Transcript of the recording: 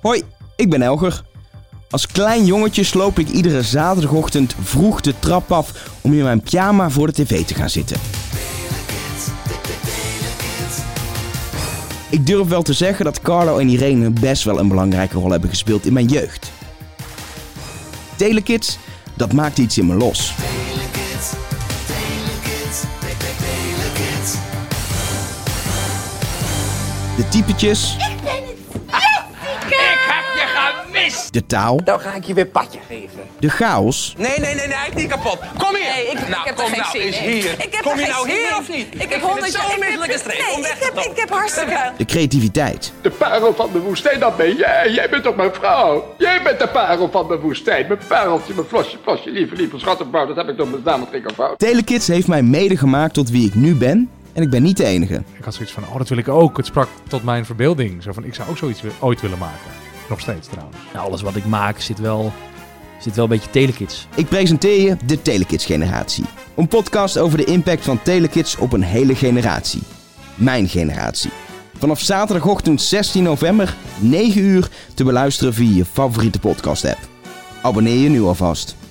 Hoi, ik ben Elger. Als klein jongetje sloop ik iedere zaterdagochtend vroeg de trap af om in mijn pyjama voor de tv te gaan zitten. Ik durf wel te zeggen dat Carlo en Irene best wel een belangrijke rol hebben gespeeld in mijn jeugd. Telekids, dat maakt iets in me los. De typetjes, Ik heb je gemist! de taal, Nou ga ik je weer padje geven. de chaos Nee, nee, nee, nee, hij is niet kapot. Kom hier! Nee, ik, nou, ik heb kom er geen nou zin eens in. hier. Ik heb kom er je geen nou zin hier in. of niet? Ik heb vind honderd het jaar- ik zo'n heb- misselijke streek. nee, Kom weg ik heb- dan. ik heb hartstikke- de creativiteit, De parel van de woestijn, dat ben jij. Jij bent toch mijn vrouw? Jij bent de parel van de woestijn. Mijn pareltje, mijn flosje, flosje, lieve, lieve schattenbouw. Dat heb ik door mijn naam en fout. Telekids heeft mij mede gemaakt tot wie ik nu ben. En ik ben niet de enige. Ik had zoiets van, oh, dat wil ik ook. Het sprak tot mijn verbeelding. Zo van, ik zou ook zoiets wi- ooit willen maken. Nog steeds trouwens. Nou, alles wat ik maak zit wel, zit wel een beetje telekids. Ik presenteer je de Telekids Generatie. Een podcast over de impact van Telekids op een hele generatie. Mijn generatie. Vanaf zaterdagochtend 16 november, 9 uur, te beluisteren via je favoriete podcast app. Abonneer je nu alvast.